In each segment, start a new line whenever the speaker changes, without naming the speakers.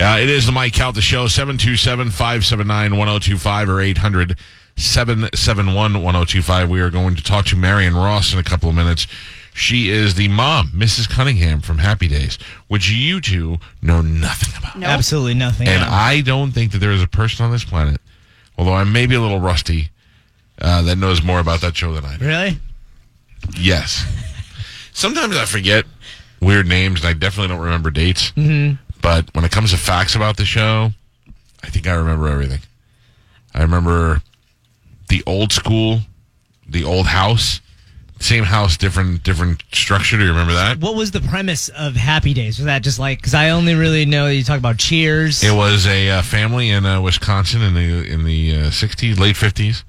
Uh, it is the Mike Calta Show, 727 579 1025 or 800 771 1025. We are going to talk to Marion Ross in a couple of minutes. She is the mom, Mrs. Cunningham from Happy Days, which you two know nothing about.
No.
Absolutely nothing.
And
else.
I don't think that there is a person on this planet, although I may be a little rusty, uh, that knows more about that show than I do.
really?
Yes. Sometimes I forget weird names, and I definitely don't remember dates. Mm-hmm. But when it comes to facts about the show, I think I remember everything. I remember the old school, the old house, same house, different different structure. Do you remember that?
What was the premise of Happy Days? Was that just like because I only really know you talk about Cheers?
It was a uh, family in uh, Wisconsin in the in the uh, 60s, late 50s,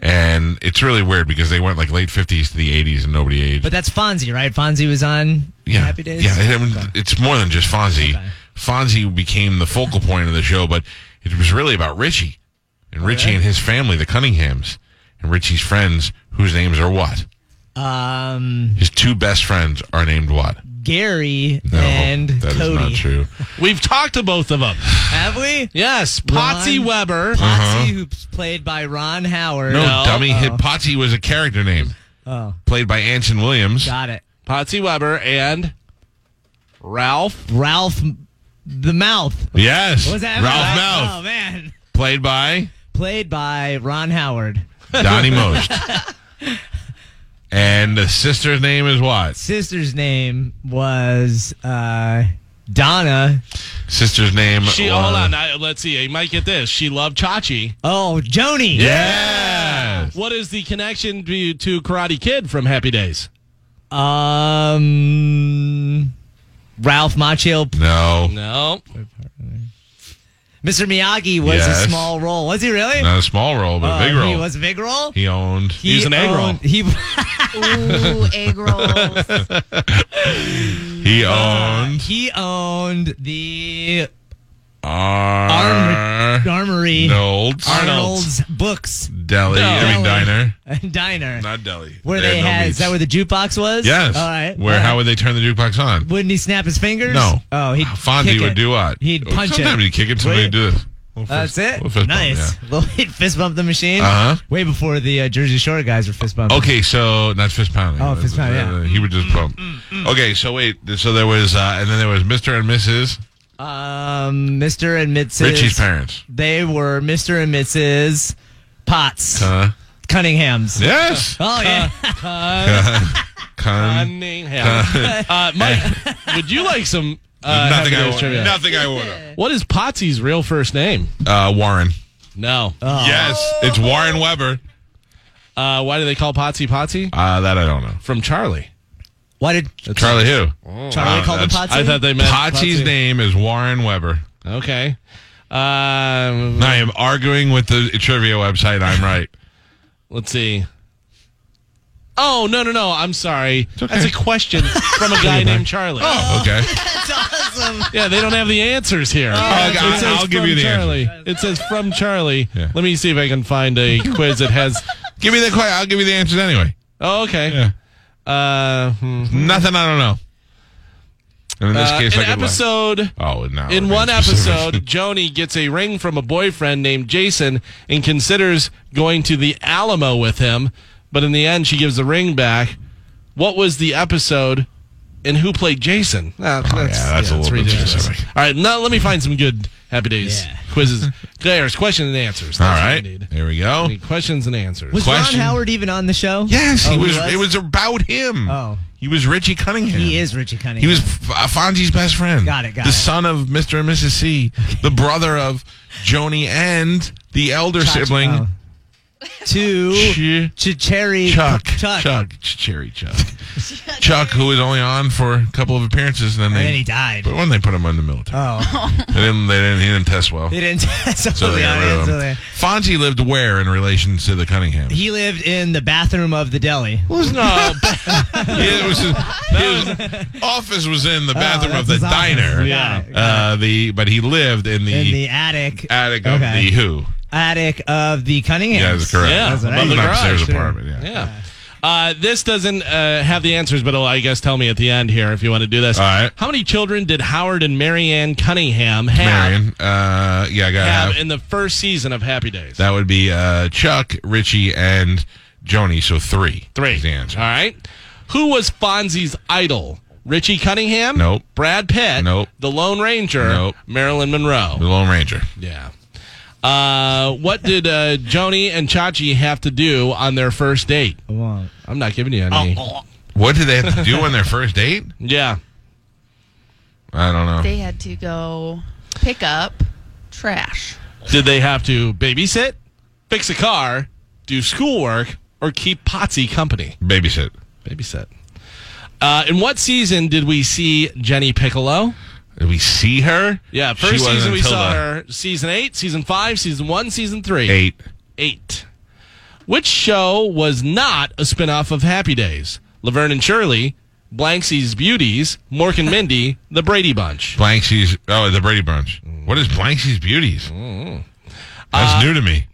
and it's really weird because they went like late 50s to the 80s and nobody aged.
but that's Fonzie, right? Fonzie was on
yeah,
Happy Days.
Yeah, I mean, it's more than just Fonzie.
Okay.
Fonzie became the focal point of the show, but it was really about Richie and Richie and his family, the Cunninghams, and Richie's friends, whose names are what?
Um,
His two best friends are named what?
Gary
No,
and
that is
Cody.
not true.
We've talked to both of them.
Have we?
Yes, Potsy
Ron.
Weber.
Potsy, who's played by Ron Howard.
Uh-huh. No, dummy.
Oh,
Hit Potsy was a character name
Oh,
played by Anson Williams.
got it.
Potsy Weber and Ralph.
Ralph, the mouth.
Yes,
What was that?
Ralph Mouth,
Oh man,
played by
played by Ron Howard.
Donnie Most. And the sister's name is what?
Sister's name was uh, Donna.
Sister's name.
She
was-
hold on. I, let's see. You might get this. She loved Chachi.
Oh, Joni.
Yes.
What is the connection to, to Karate Kid from Happy Days?
Um, Ralph Macchio.
No.
No.
Mr. Miyagi was
Yes.
a small role. Was he really?
Not a small role, but a big
Uh,
role.
He was a big role.
He owned.
He
was an egg roll.
owned- He
Ooh, egg rolls.
uh,
He owned.
he owned the
Ar-
armory.
Arnold's.
Arnold's books
Deli. I mean,
Deli.
diner.
and diner.
Not deli.
Where they,
no
had,
meats.
is that where the jukebox was?
Yes.
All right.
Where,
All
how
right.
would they turn the jukebox on?
Wouldn't he snap his fingers?
No.
Oh, he'd
Fonzie
kick
would
it.
do what?
He'd punch it.
Sometimes he'd kick it, somebody
Wait.
would do this. Little
That's
fist-
it.
little fist bump,
nice.
yeah.
Well, he'd fist bump the machine.
Uh-huh.
Way before the uh, Jersey Shore guys were fist bumping.
Okay, so not fist pounding.
Oh, fist pounding, yeah. Mm,
Uh, He would just bump. Okay, so wait. So there was, uh, and then there was Mr. and Mrs.
Um, Mr. and Mrs.
Richie's parents.
They were Mr. and Mrs. Potts.
Huh?
Cunningham's.
Yes.
Oh, yeah.
Con-
Cunningham. uh, Mike, would you like some uh,
nothing,
Happy
I
Days
would,
trivia?
nothing I would.
What is Potsy's real first name?
Uh, Warren.
No. Uh,
Yes, it's Warren Weber.
why do they call Potsy Potsy?
Uh, that I don't know.
From Charlie.
Why did
Charlie who?
Oh.
Charlie
wow,
call them
that's-
Potts?
I thought they meant
Potsy's
Potsy.
name is Warren Weber.
Okay. Um,
I am arguing with the trivia website. I'm right.
Let's see. Oh no no no! I'm sorry. That's a question from a guy named Charlie.
Oh, okay.
That's awesome.
Yeah, they don't have the answers here.
I'll- I'll-
says
Oh, I'll give
from
you the
Charlie. It says from Charlie.
Yeah.
Let me see if I can find a quiz that has.
Give me the question. I'll give you the answers anyway.
Oh, okay.
Yeah.
Uh, hmm.
Nothing I don't know. And in this
Uh,
case,
an
I could lie.
episode.
Oh no!
In
okay,
one
specific.
episode, Joni gets a ring from a boyfriend named Jason and considers going to the Alamo with him, but in the end, she gives the ring back. What was the episode, and who played Jason? Uh, that's,
that's a little bit specific.
All right, now let me find some good Happy Days
Yeah.
quizzes. There's questions and answers.
All
That's what we
right.
need.
Here we go.
We need questions and answers.
Was
Question.
Ron Howard even on the show?
Yes, he
Oh,
was, It was about him.
Oh.
he was Richie Cunningham.
He is Richie Cunningham.
He was F- uh, Fonzie's best friend.
Got it, got
the
it.
son of Mr. and Mrs. C, the brother of Joni and the elder sibling
Oh. Two.
Ch-
Chicheri.
Chuck.
Chuck.
Chuck. Ch- Cherry Chuck. Chuck, who was only on for a couple of appearances, and then
And
they
then he died.
But when they put him in the military,
Oh.
they didn't. They didn't. He didn't test well.
They didn't. so
So
the
they got rid
audience
of
over
him.
there.
Fonzie lived where in relation to the Cunningham?
He lived in the bathroom of the deli.
was no.
Yeah, it was his, his office was in the bathroom
Oh, that's
of the
his office.
diner.
Yeah.
Uh, the but he lived in the,
In the attic.
attic of
Okay.
the Who.
attic of the Cunningham.
Yeah, that's correct.
Yeah,
That's what I
above
mean.
the
Upstairs
garage.
apartment. Yeah.
Yeah. Uh, this doesn't uh, have the answers, but it'll, I guess tell me at the end here if you want to do this.
All right.
How many children did Howard and Marianne Cunningham have,
Marion. Uh, yeah, I got
have
have.
in the first season of Happy Days?
That would be uh, Chuck, Richie, and Joni. So three.
Three.
is the answer.
All right. Who was Fonzie's idol? Richie Cunningham?
Nope.
Brad Pitt?
Nope.
The Lone Ranger?
Nope.
Marilyn Monroe?
The Lone Ranger.
Yeah. Uh, what did uh, Joni and Chachi have to do on their first date?
I won't.
I'm not giving you any.
Oh. What did they have to do on their first date?
Yeah.
I don't know.
They had to go pick up trash.
Did they have to babysit, fix a car, do schoolwork, or keep Potsy company?
Babysit.
Babysit. Uh, in what season did we see Jenny Piccolo?
Did we see her?
Yeah,
She
first
wasn't
season we
until
saw
the
her. Season eight, season five, season one, season three.
Eight.
Eight. Which show was not a spinoff of Happy Days? Laverne and Shirley, Blanksy's Beauties, Mork and Mindy, The Brady Bunch.
Blanksy's. Oh, the Brady Bunch.
Mm.
What is Blanksy's Beauties?
Mm-hmm. Uh,
That's new to me.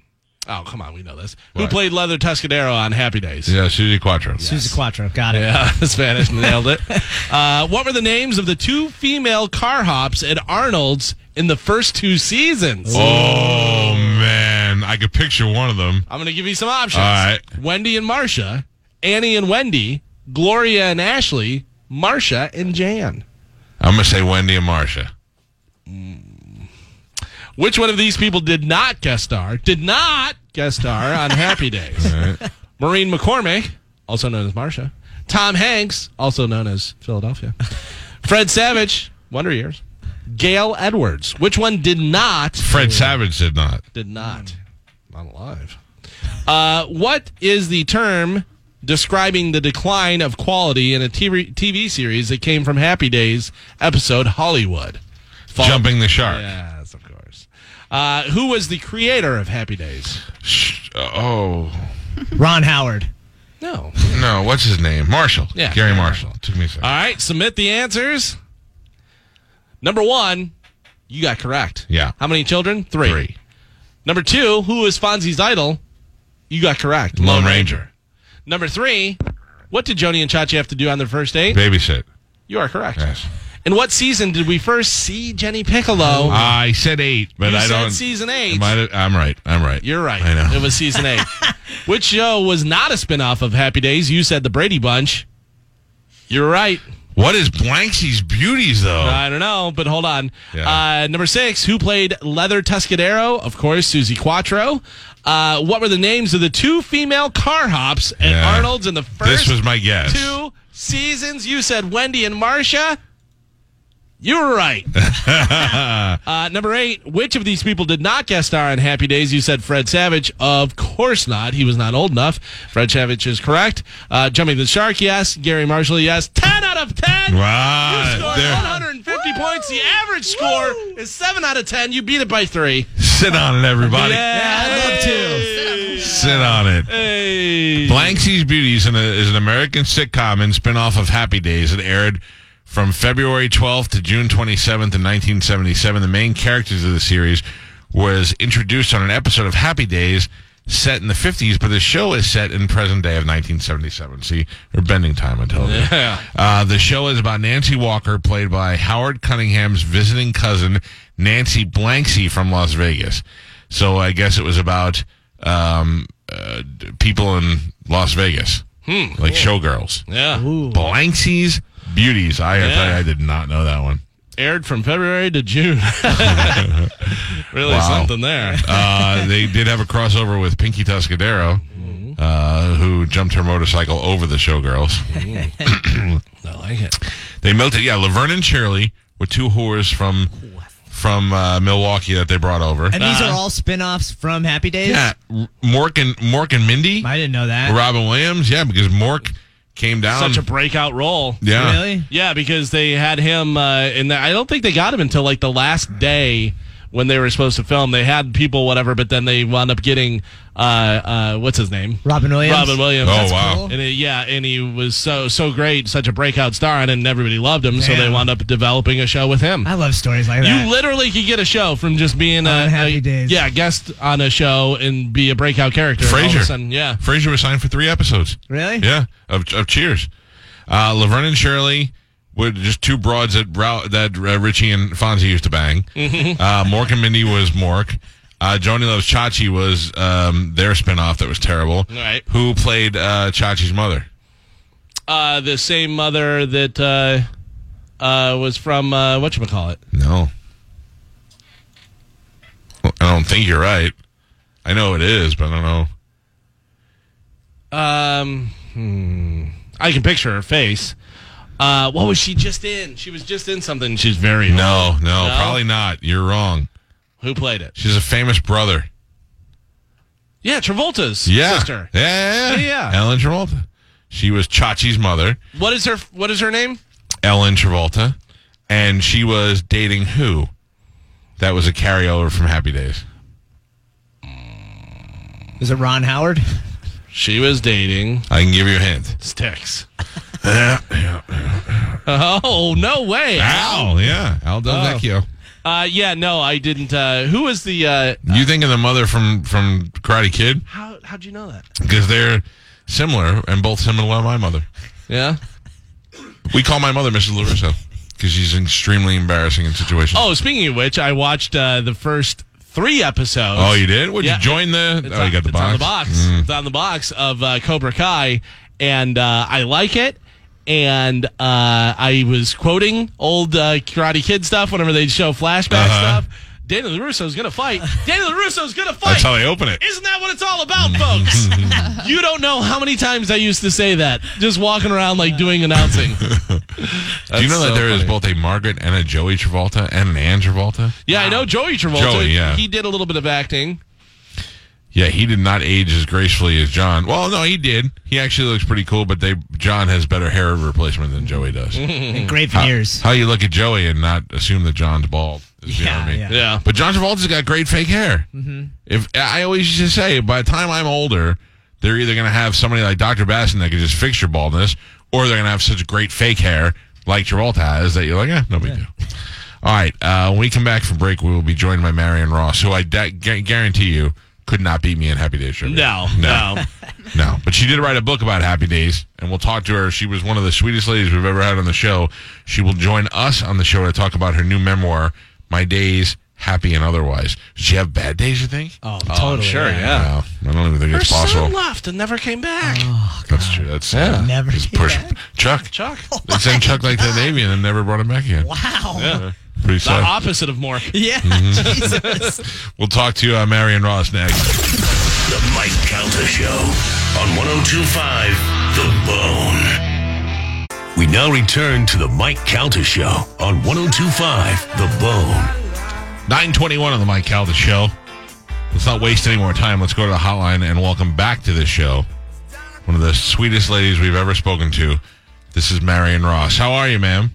Oh, come on, we know this. Who
What?
played Leather Tuscadero on Happy Days?
Yeah, Susie Quattro.
Susie Quattro. Got it.
Yeah, Spanish nailed it. Uh, what were the names of the two female car hops at Arnold's in the first two seasons?
Oh man, I could picture one of them.
I'm going to give you some options.
All right.
Wendy and Marcia, Annie and Wendy, Gloria and Ashley, Marcia and Jan.
I'm gonna say Wendy and Marcia.
Which one of these people did not guest star? Did not guest star on Happy Days? Maureen McCormick, also known as Marcia. Tom Hanks, also known as Philadelphia. Fred Savage, Wonder Years. Gail Edwards. Which one did not?
Fred Savage did not.
Did not.
Hmm.
Not alive. Uh, what is the term describing the decline of quality in a TV, TV series that came from Happy Days episode Hollywood? Fall-
Jumping the shark.
Yes, of course. Uh, who was the creator of Happy Days?
Sh- Oh
Ron Howard.
No.
no, what's his name? Marshall.
Yeah,
Gary
Gary
Marshall. Took me a second.
All right, submit the answers. Number one, you got correct.
Yeah.
How many children? Three.
Three.
Number two, who is Fonzie's idol? You got correct.
Lone Ranger.
Number three, what did Joni and Chachi have to do on their first date?
Babysit.
You are correct.
Yes.
In what season did we first see Jenny Piccolo?
I said eight, but
you
I
said
don't.
season
I
eight.
might have- I'm right. I'm right.
You're right.
I know.
It was season eight. Which show was not a spinoff of Happy Days? You said the Brady Bunch. You're right.
what is Blanksy's Beauties though?
I don't know, but hold on.
Yeah.
Uh, number six, who played Leather Tuscadero? Of course, Susie Quattro. Uh, what were the names of the two female car hops at
Yeah.
Arnold's in the first
this was my guess.
two seasons? You said Wendy and Marcia. You were right. uh, number eight, which of these people did not guest star on Happy Days? You said Fred Savage. Of course not. He was not old enough. Fred Savage is correct. Uh, Jumping the Shark, yes. Gary Marshall, yes. 10 out of 10. You
Wow.
scored
There,
150 points. The average score is 7 out of 10. You beat it by 3.
sit on it, everybody.
I'd love to.
Sit on it.
Hey.
Blanksy's Beauty is an, uh, is an American sitcom and spinoff of Happy Days. It aired from February 12th to June 27th in 1977. The main characters of the series was introduced on an episode of Happy Days set in the 50s, but the show is set in present day of 1977. See, we're bending time on television.
Yeah.
Uh, the show is about Nancy Walker, played by Howard Cunningham's visiting cousin, Nancy Blanksy from Las Vegas. So I guess it was about um, uh, d- people in Las Vegas, like showgirls.
Yeah.
Blanksy's Beauties. I, I, tell you,
Yeah.
I did not know that one.
Aired from February to June. really
Wow.
something there.
Uh, they did have a crossover with Pinky Tuscadero, uh, who jumped her motorcycle over the showgirls.
I like it.
They melted. Yeah, Laverne and Shirley were two whores from from uh, Milwaukee that they brought over.
And these are all spin offs from Happy Days?
Yeah, R- Mork and Mork and Mindy,
I didn't know that.
Robin Williams. Yeah, because Mork came down.
Such a breakout role.
Um, yeah,
Really?
Yeah, because they had him uh, in there. I don't think they got him until like the last day when they were supposed to film. They had people, whatever, but then they wound up getting uh, uh, what's his name,
Robin Williams.
Robin Williams.
Oh,
That's
wow.
cool.
And it, yeah, and he was so so great, such a breakout star, and then everybody loved him. So
Damn.
they wound up developing a show with him.
I love stories like that.
You literally could get a show from just being a,
On Happy
a-
Days.
yeah guest on a show and be a breakout character. and all of a
Frasier.
sudden, yeah.
Frasier was signed for three episodes.
really?
Yeah, of, of Cheers. Uh, Laverne and Shirley were just two broads that Rou- that uh, Richie and Fonzie used to bang. Uh, Mork and Mindy was Mork. Uh, Joni Loves Chachi was um, their spinoff that was terrible.
Right.
Who played uh, Chachi's mother?
Uh, the same mother that uh, uh, was from uh, what you call it?
No. Well, I don't think you're right. I know it is, but I don't know.
Um, hmm. I can picture her face. Uh, what was she just in? She was just in something. She's very
No, no,
No?
probably not. You're wrong.
Who played it?
She's a famous brother.
Yeah, Travolta's
Yeah.
sister.
Yeah, yeah,
Yeah,
Oh, yeah.
yeah.
Ellen Travolta. She was Chachi's mother.
What is her? What is her name?
Ellen Travolta, and she was dating who? That was a carryover from Happy Days.
Is it Ron Howard?
She was dating
I can give you a hint.
Sticks. oh no way!
Al, yeah, Al Del Vecchio.
Uh, yeah, no, I didn't. Uh, who was the? Uh,
You think of the mother from from Karate Kid
how how'd you know that?
because they're similar and both similar to my mother.
Yeah.
We call my mother Mrs. Larusso because she's extremely embarrassing in situations.
Oh, speaking of which, I watched uh, the first three episodes.
Oh, you did? Would
Yeah.
you join the?
It's
oh,
on-
you got the
it's
box.
on the box.
Mm.
It's on the box of uh, Cobra Kai, and uh, I like it. And uh, I was quoting old uh, Karate Kid stuff whenever they'd show flashback
Uh-huh.
stuff. Daniel LaRusso's gonna fight. Daniel LaRusso's gonna
That's how
fight.
they open it.
Isn't that what it's all about, folks? you don't know how many times I used to say that, just walking around like doing announcing.
Do you know
so
that there is
funny.
both a Margaret and a Joey Travolta and an Ann Travolta?
Yeah, I know Joey Travolta.
Joey, yeah.
He did a little bit of acting.
Yeah, he did not age as gracefully as John. Well, no, he did. He actually looks pretty cool, but they John has better hair replacement than Joey does.
Great veneers.
How you look at Joey and not assume that John's bald is
Yeah,
beyond me.
yeah.
Yeah.
But John Travolta's got great fake hair. Mm-hmm. If I always used to say, by the time I'm older, they're either going to have somebody like Dr. Basson that can just fix your baldness, or they're going to have such great fake hair like Travolta has that you're like, eh, no big deal. All right, uh, when we come back from break, we will be joined by Marion Ross, who I da- gu- guarantee you could not beat me in Happy Days trivia.
No,
no,
no.
no. But she did write a book about Happy Days, and we'll talk to her. She was one of the sweetest ladies we've ever had on the show. She will join us on the show to talk about her new memoir, My Days Happy and Otherwise. Does she have bad days? You think?
oh, totally.
sure, yeah.
Wow. I don't even think
Her
it's
son
possible. Oh.
left and never came back.
That's true. That's
Yeah.
Never
Just
came
push
back.
Chuck.
Chuck.
They sent Chuck like to the Navy and then never brought him back again.
Wow.
Yeah. Pretty
The
sad.
opposite of more.
Yeah. Jesus.
We'll talk to uh, Marion Ross next.
The Mike Calta Show on 1025 The Bone. We now return to the Mike Calta Show on 1025 The Bone.
921 on the Mike Calda Show. Let's not waste any more time. Let's go to the hotline and welcome back to this show. One of the sweetest ladies we've ever spoken to. This is Marion Ross. How are you, ma'am?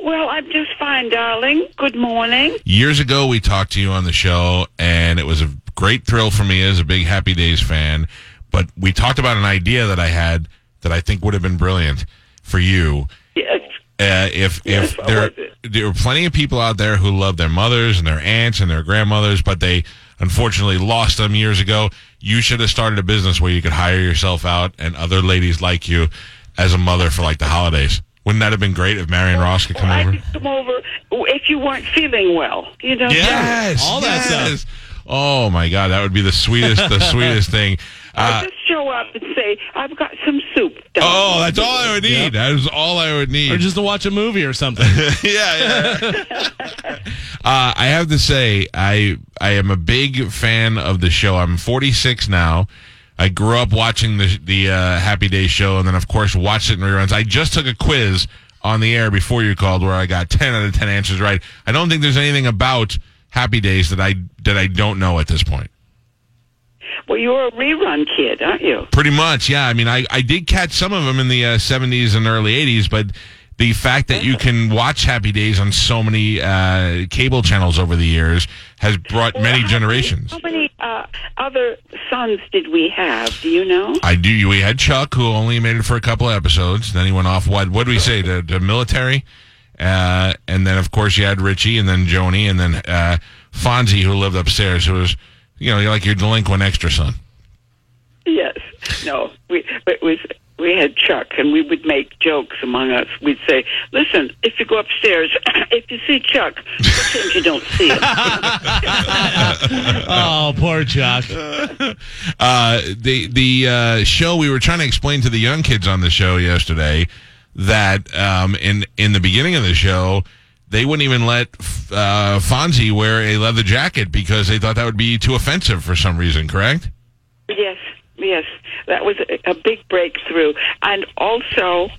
Well, I'm just fine, darling. Good morning.
Years ago, we talked to you on the show, and it was a great thrill for me as a big Happy Days fan. But we talked about an idea that I had that I think would have been brilliant for you.
Yes.
Uh, if if
Yes,
there
I was-
there are plenty of people out there who love their mothers and their aunts and their grandmothers, but they unfortunately lost them years ago. You should have started a business where you could hire yourself out and other ladies like you as a mother for like the holidays. Wouldn't that have been great if Marion Ross could come
I
over?
could come over if you weren't feeling well. You know.
Yes,
All that stuff.
Oh my God, that would be the sweetest, the sweetest thing. Uh,
Or just show up and say, "I've got some soup."
oh,
darling."
that's all I would need. That is all I would need.
Or just to watch a movie or something.
yeah. yeah. uh, I have to say, I I am a big fan of the show. I'm 46 now. I grew up watching the the uh, Happy Day show, and then of course watched it in reruns. I just took a quiz on the air before you called, where I got 10 out of 10 answers right. I don't think there's anything about Happy Days that I that I don't know at this point.
Well, you're a rerun kid, aren't you?
Pretty much, yeah. I mean, I, I did catch some of them in the uh, 70s and early 80s, but the fact that you can watch Happy Days on so many uh, cable channels over the years has brought many
Well,
generations.
How many uh, other sons did we have? Do you know?
I do. We had Chuck, who only made it for a couple of episodes. Then he went off. What? What do we say? The, the military, uh, and then of course you had Richie, and then Joni, and then uh, Fonzie, who lived upstairs, who was, you know, like your delinquent extra son.
Yes. No. We but it was we had Chuck, and we would make jokes among us. We'd say, "Listen, if you go upstairs, if you see Chuck, pretend you don't see him."
Oh, poor Chuck.
Uh, the the uh, show we were trying to explain to the young kids on the show yesterday that um, in in the beginning of the show they wouldn't even let uh, Fonzie wear a leather jacket because they thought that would be too offensive for some reason. Correct?
Yes, yes, that was a, a big breakthrough, and also,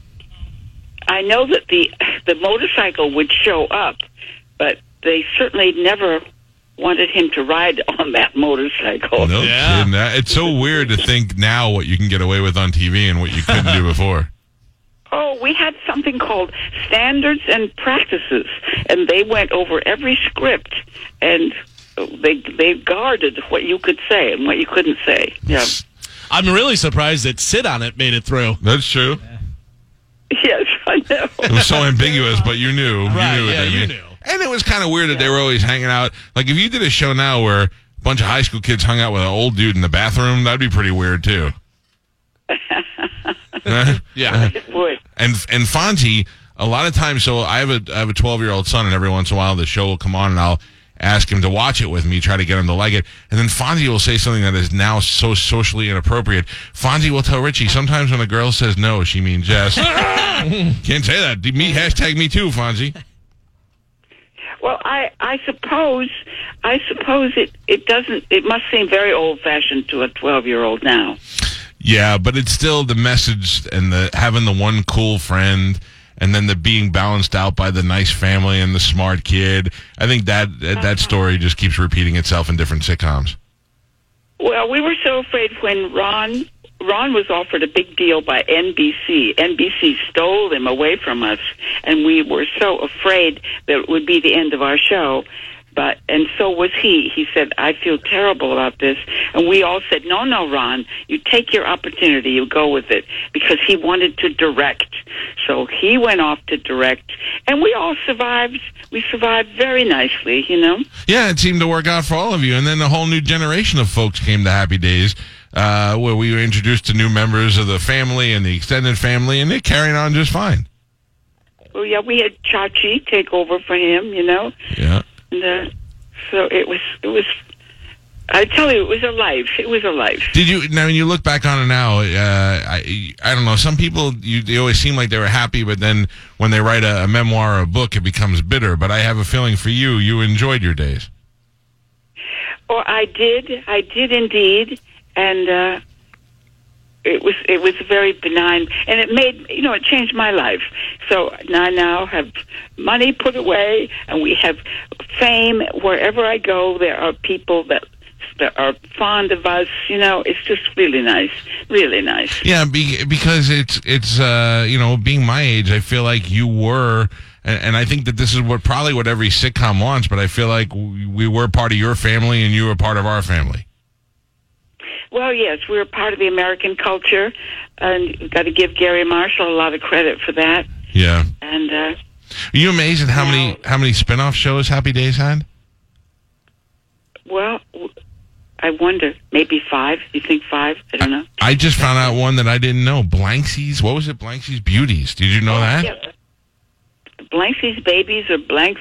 I know that the the motorcycle would show up, but they certainly never wanted him to ride on that motorcycle.
No
Yeah.
kidding. That- It's so weird to think now what you can get away with on TV and what you couldn't do before.
Oh, we had something called standards and practices, and they went over every script and. They they guarded what you could say and what you couldn't say. Yeah.
I'm really surprised that Sit on It made it through.
That's true.
Yes, I know.
It was so ambiguous, but you knew.
Right,
you knew what
yeah,
they
you
mean.
knew.
And it was kind of weird that they were always hanging out. Like if you did a show now where a bunch of high school kids hung out with an old dude in the bathroom, that'd be pretty weird too. Huh?
Yeah.
Boy,
and and Fonzie a lot of times. So I have a I have a twelve year old son, and every once in a while the show will come on, and I'll ask him to watch it with me, try to get him to like it, and then Fonzie will say something that is now so socially inappropriate. Fonzie will tell Richie sometimes when a girl says no, she means yes. Can't say that. Me hashtag me too, Fonzie.
Well, I, I suppose, I suppose it, it doesn't, it must seem very old fashioned to a 12 year old now.
Yeah, but it's still the message and the having the one cool friend and then the being balanced out by the nice family and the smart kid. I think that that story just keeps repeating itself in different sitcoms.
Well, we were so afraid when Ron, Ron was offered a big deal by NBC. NBC stole him away from us, and we were so afraid that it would be the end of our show. But, and so was he. He said, I feel terrible about this. And we all said, no, no, Ron, you take your opportunity, you go with it. Because he wanted to direct. So he went off to direct. And we all survived. We survived very nicely, you know?
Yeah, it seemed to work out for all of you. And then a whole new generation of folks came to Happy Days, uh, where we were introduced to new members of the family and the extended family, and they're carrying on just fine.
Well, yeah, we had Chachi take over for him, you know.
Yeah.
And, uh, so it was, it was. I tell you, it was a life. It was a life.
Did you now? When you look back on it now, uh, I I don't know. Some people you, they always seem like they were happy, but then when they write a, a memoir or a book, it becomes bitter. But I have a feeling for you, you enjoyed your days.
Or Oh, I did, I did indeed, and uh, it was, it was very benign, and it made, you know, it changed my life. So I now have money put away, and we have fame wherever I go. There are people that. That are fond of us, you know. It's just really nice, really nice.
Yeah, be, because it's it's uh, you know being my age, I feel like you were, and, and I think that this is what probably what every sitcom wants. But I feel like we we were part of your family, and you were part of our family.
Well, yes, we're a part of the American culture, and we've got to give Gary Marshall a lot of credit for that.
Yeah,
And uh,
are you amazed at how many how many spinoff shows Happy Days had?
well, w- I wonder, maybe five? You think five? I don't know.
I just found out one that I didn't know. Blanksy's, what was it? Blanksy's Beauties. Did you know that?
Yeah. Blanksy's babies or blank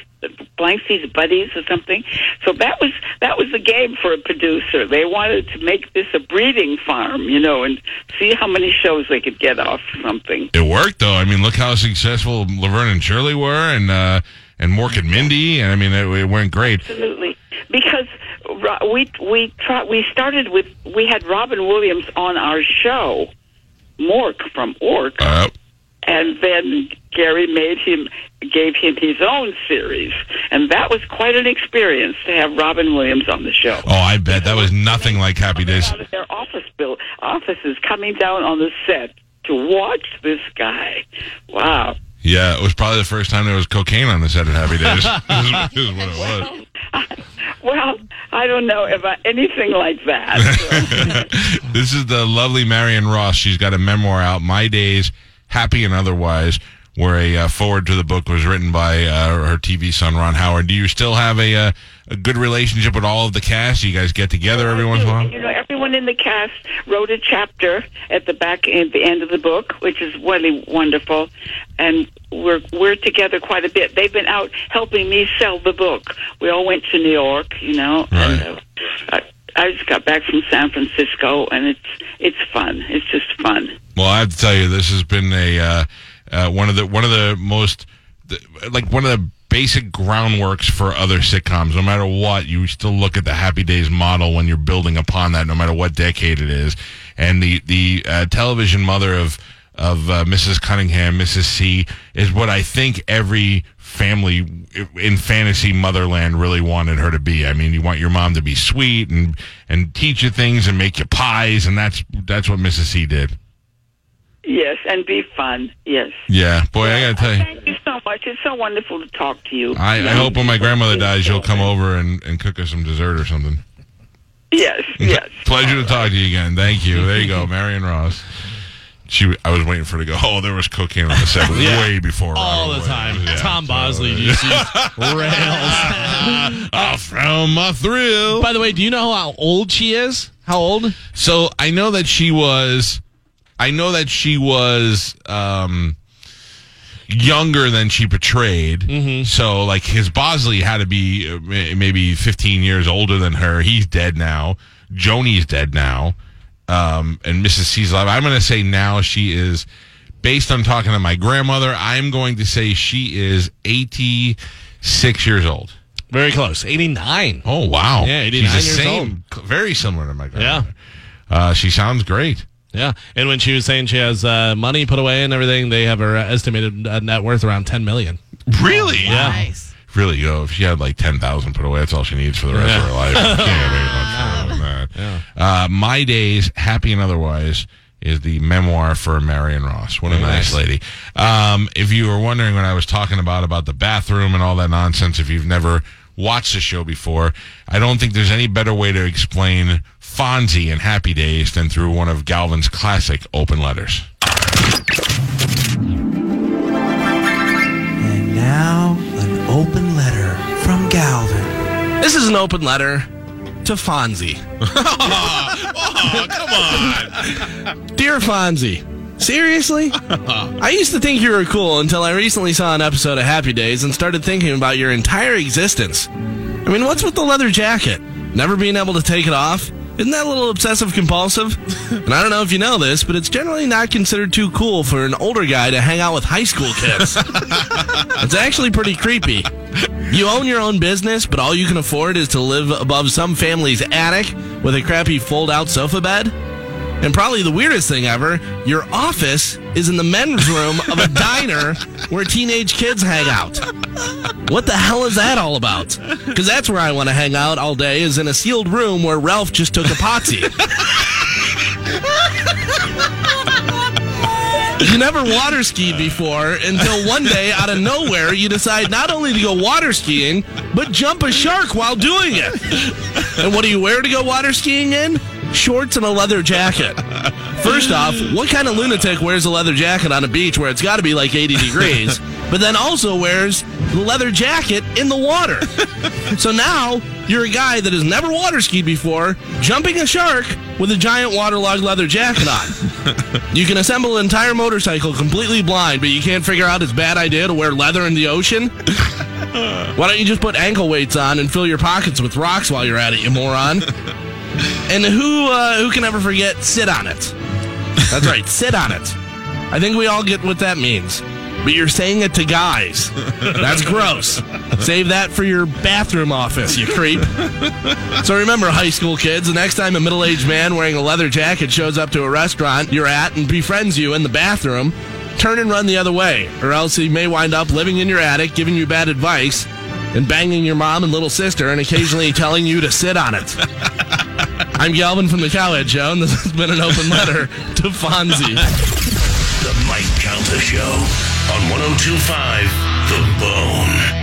Blanksy's buddies or something. So that was that was the game for a producer. They wanted to make this a breeding farm, you know, and see how many shows they could get off something.
It worked though. I mean, look how successful Laverne and Shirley were, and uh, and Mork and Mindy, and I mean, it, it went great.
Absolutely, because Ro- we we try, we started with we had Robin Williams on our show, Mork from Ork,
Uh,
and then Gary made him gave him his own series, and that was quite an experience to have Robin Williams on the show.
oh, I bet that was nothing like Happy Days.
Out of their office bill offices coming down on the set to watch this guy. Wow.
Yeah, it was probably the first time there was cocaine on the set of Happy Days. is, is what it was.
Well, I don't know about anything like that.
this is the lovely Marion Ross. She's got a memoir out, My Days, Happy and Otherwise, where a uh, forward to the book was written by uh, her TV son, Ron Howard. Do you still have a, uh, a good relationship with all of the cast? You guys get together every once in a
You
while?
know, everyone in the cast wrote a chapter at the back at the end of the book, which is really wonderful. And we're we're together quite a bit. They've been out helping me sell the book. We all went to New York, you know. And, uh, I, I just got back from San Francisco, and it's it's fun. It's just fun.
Well, I have to tell you, this has been a uh, uh, one of the one of the most the, like one of the basic groundworks for other sitcoms. No matter what, you still look at the Happy Days model when you're building upon that. No matter what decade it is, and the the uh, television mother of of uh, Mrs. Cunningham, Mrs. C, is what I think every family in fantasy motherland really wanted her to be. I mean, you want your mom to be sweet and and teach you things and make you pies, and that's that's what Mrs. C did.
Yes, and be fun. Yes.
Yeah, boy, I gotta tell you,
Thank you so much. It's so wonderful to talk to you.
I, I hope when my grandmother dies, you'll come over and, and cook us some dessert or something.
Yes, yes.
Pleasure to talk to you again. Thank you. There you go, Marion Ross. She, I was waiting for her to go. Oh, there was cocaine on the set
Yeah.
way before
all
Robin
the time.
Williams." Yeah.
Tom
So-
Bosley just used rails.
I found Ah, my thrill.
By the way, do you know how old she is? How old?
So I know that she was, I know that she was um, younger than she portrayed.
Mm-hmm.
So like his Bosley had to be uh, may- maybe 15 years older than her. He's dead now. Joni's dead now, um, and Mrs. C's alive. I'm going to say now she is. Based on talking to my grandmother, I'm going to say she is 86 years old.
Very close. 89.
Oh wow!
Yeah, 89
she's the
years
same, very similar to my grandmother. Yeah, uh, she sounds great.
Yeah. And when she was saying she has uh, money put away and everything, they have her uh, estimated uh, net worth around 10 million.
Really?
Nice.
Really, yo, if she had like 10,000 put away, that's all she needs for the rest of her life. She can't have any much more than that. Uh, My Days, Happy and Otherwise, is the memoir for Marion Ross. What a nice,
nice.
lady. Um, if you were wondering what I was talking about, about the bathroom and all that nonsense, if you've never watched the show before, I don't think there's any better way to explain Fonzie and Happy Days than through one of Galvin's classic open letters.
And now, an open letter from Galvin.
This is an open letter to Fonzie. Dear Fonzie, seriously? I used to think you were cool until I recently saw an episode of Happy Days and started thinking about your entire existence. I mean, what's with the leather jacket? Never being able to take it off? Isn't that a little obsessive compulsive? And I don't know if you know this, but it's generally not considered too cool for an older guy to hang out with high school kids. it's actually pretty creepy. You own your own business, but all you can afford is to live above some family's attic with a crappy fold out sofa bed? And probably the weirdest thing ever, your office is in the men's room of a diner where teenage kids hang out. What the hell is that all about? Because that's where I want to hang out all day, is in a sealed room where Ralph just took a potsy. You never water skied before until one day, out of nowhere, you decide not only to go water skiing, but jump a shark while doing it. And what do you wear to go water skiing in? Shorts and a leather jacket. First off, what kind of lunatic wears a leather jacket on a beach where it's got to be like 80 degrees, but then also wears the leather jacket in the water? So now you're a guy that has never water skied before, jumping a shark with a giant waterlogged leather jacket on. You can assemble an entire motorcycle completely blind, but you can't figure out it's a bad idea to wear leather in the ocean? Why don't you just put ankle weights on and fill your pockets with rocks while you're at it, you moron? And who uh, who can ever forget sit on it? That's right, sit on it. I think we all get what that means. But you're saying it to guys. That's gross. Save that for your bathroom office, you creep. So remember, high school kids, the next time a middle aged man wearing a leather jacket shows up to a restaurant you're at and befriends you in the bathroom, turn and run the other way, or else he may wind up living in your attic, giving you bad advice, and banging your mom and little sister, and occasionally telling you to sit on it. I'm Galvin from the Cowhead Show, and this has been an open letter to Fonzie.
oh The Mike Calta Show on 1025 The Bone.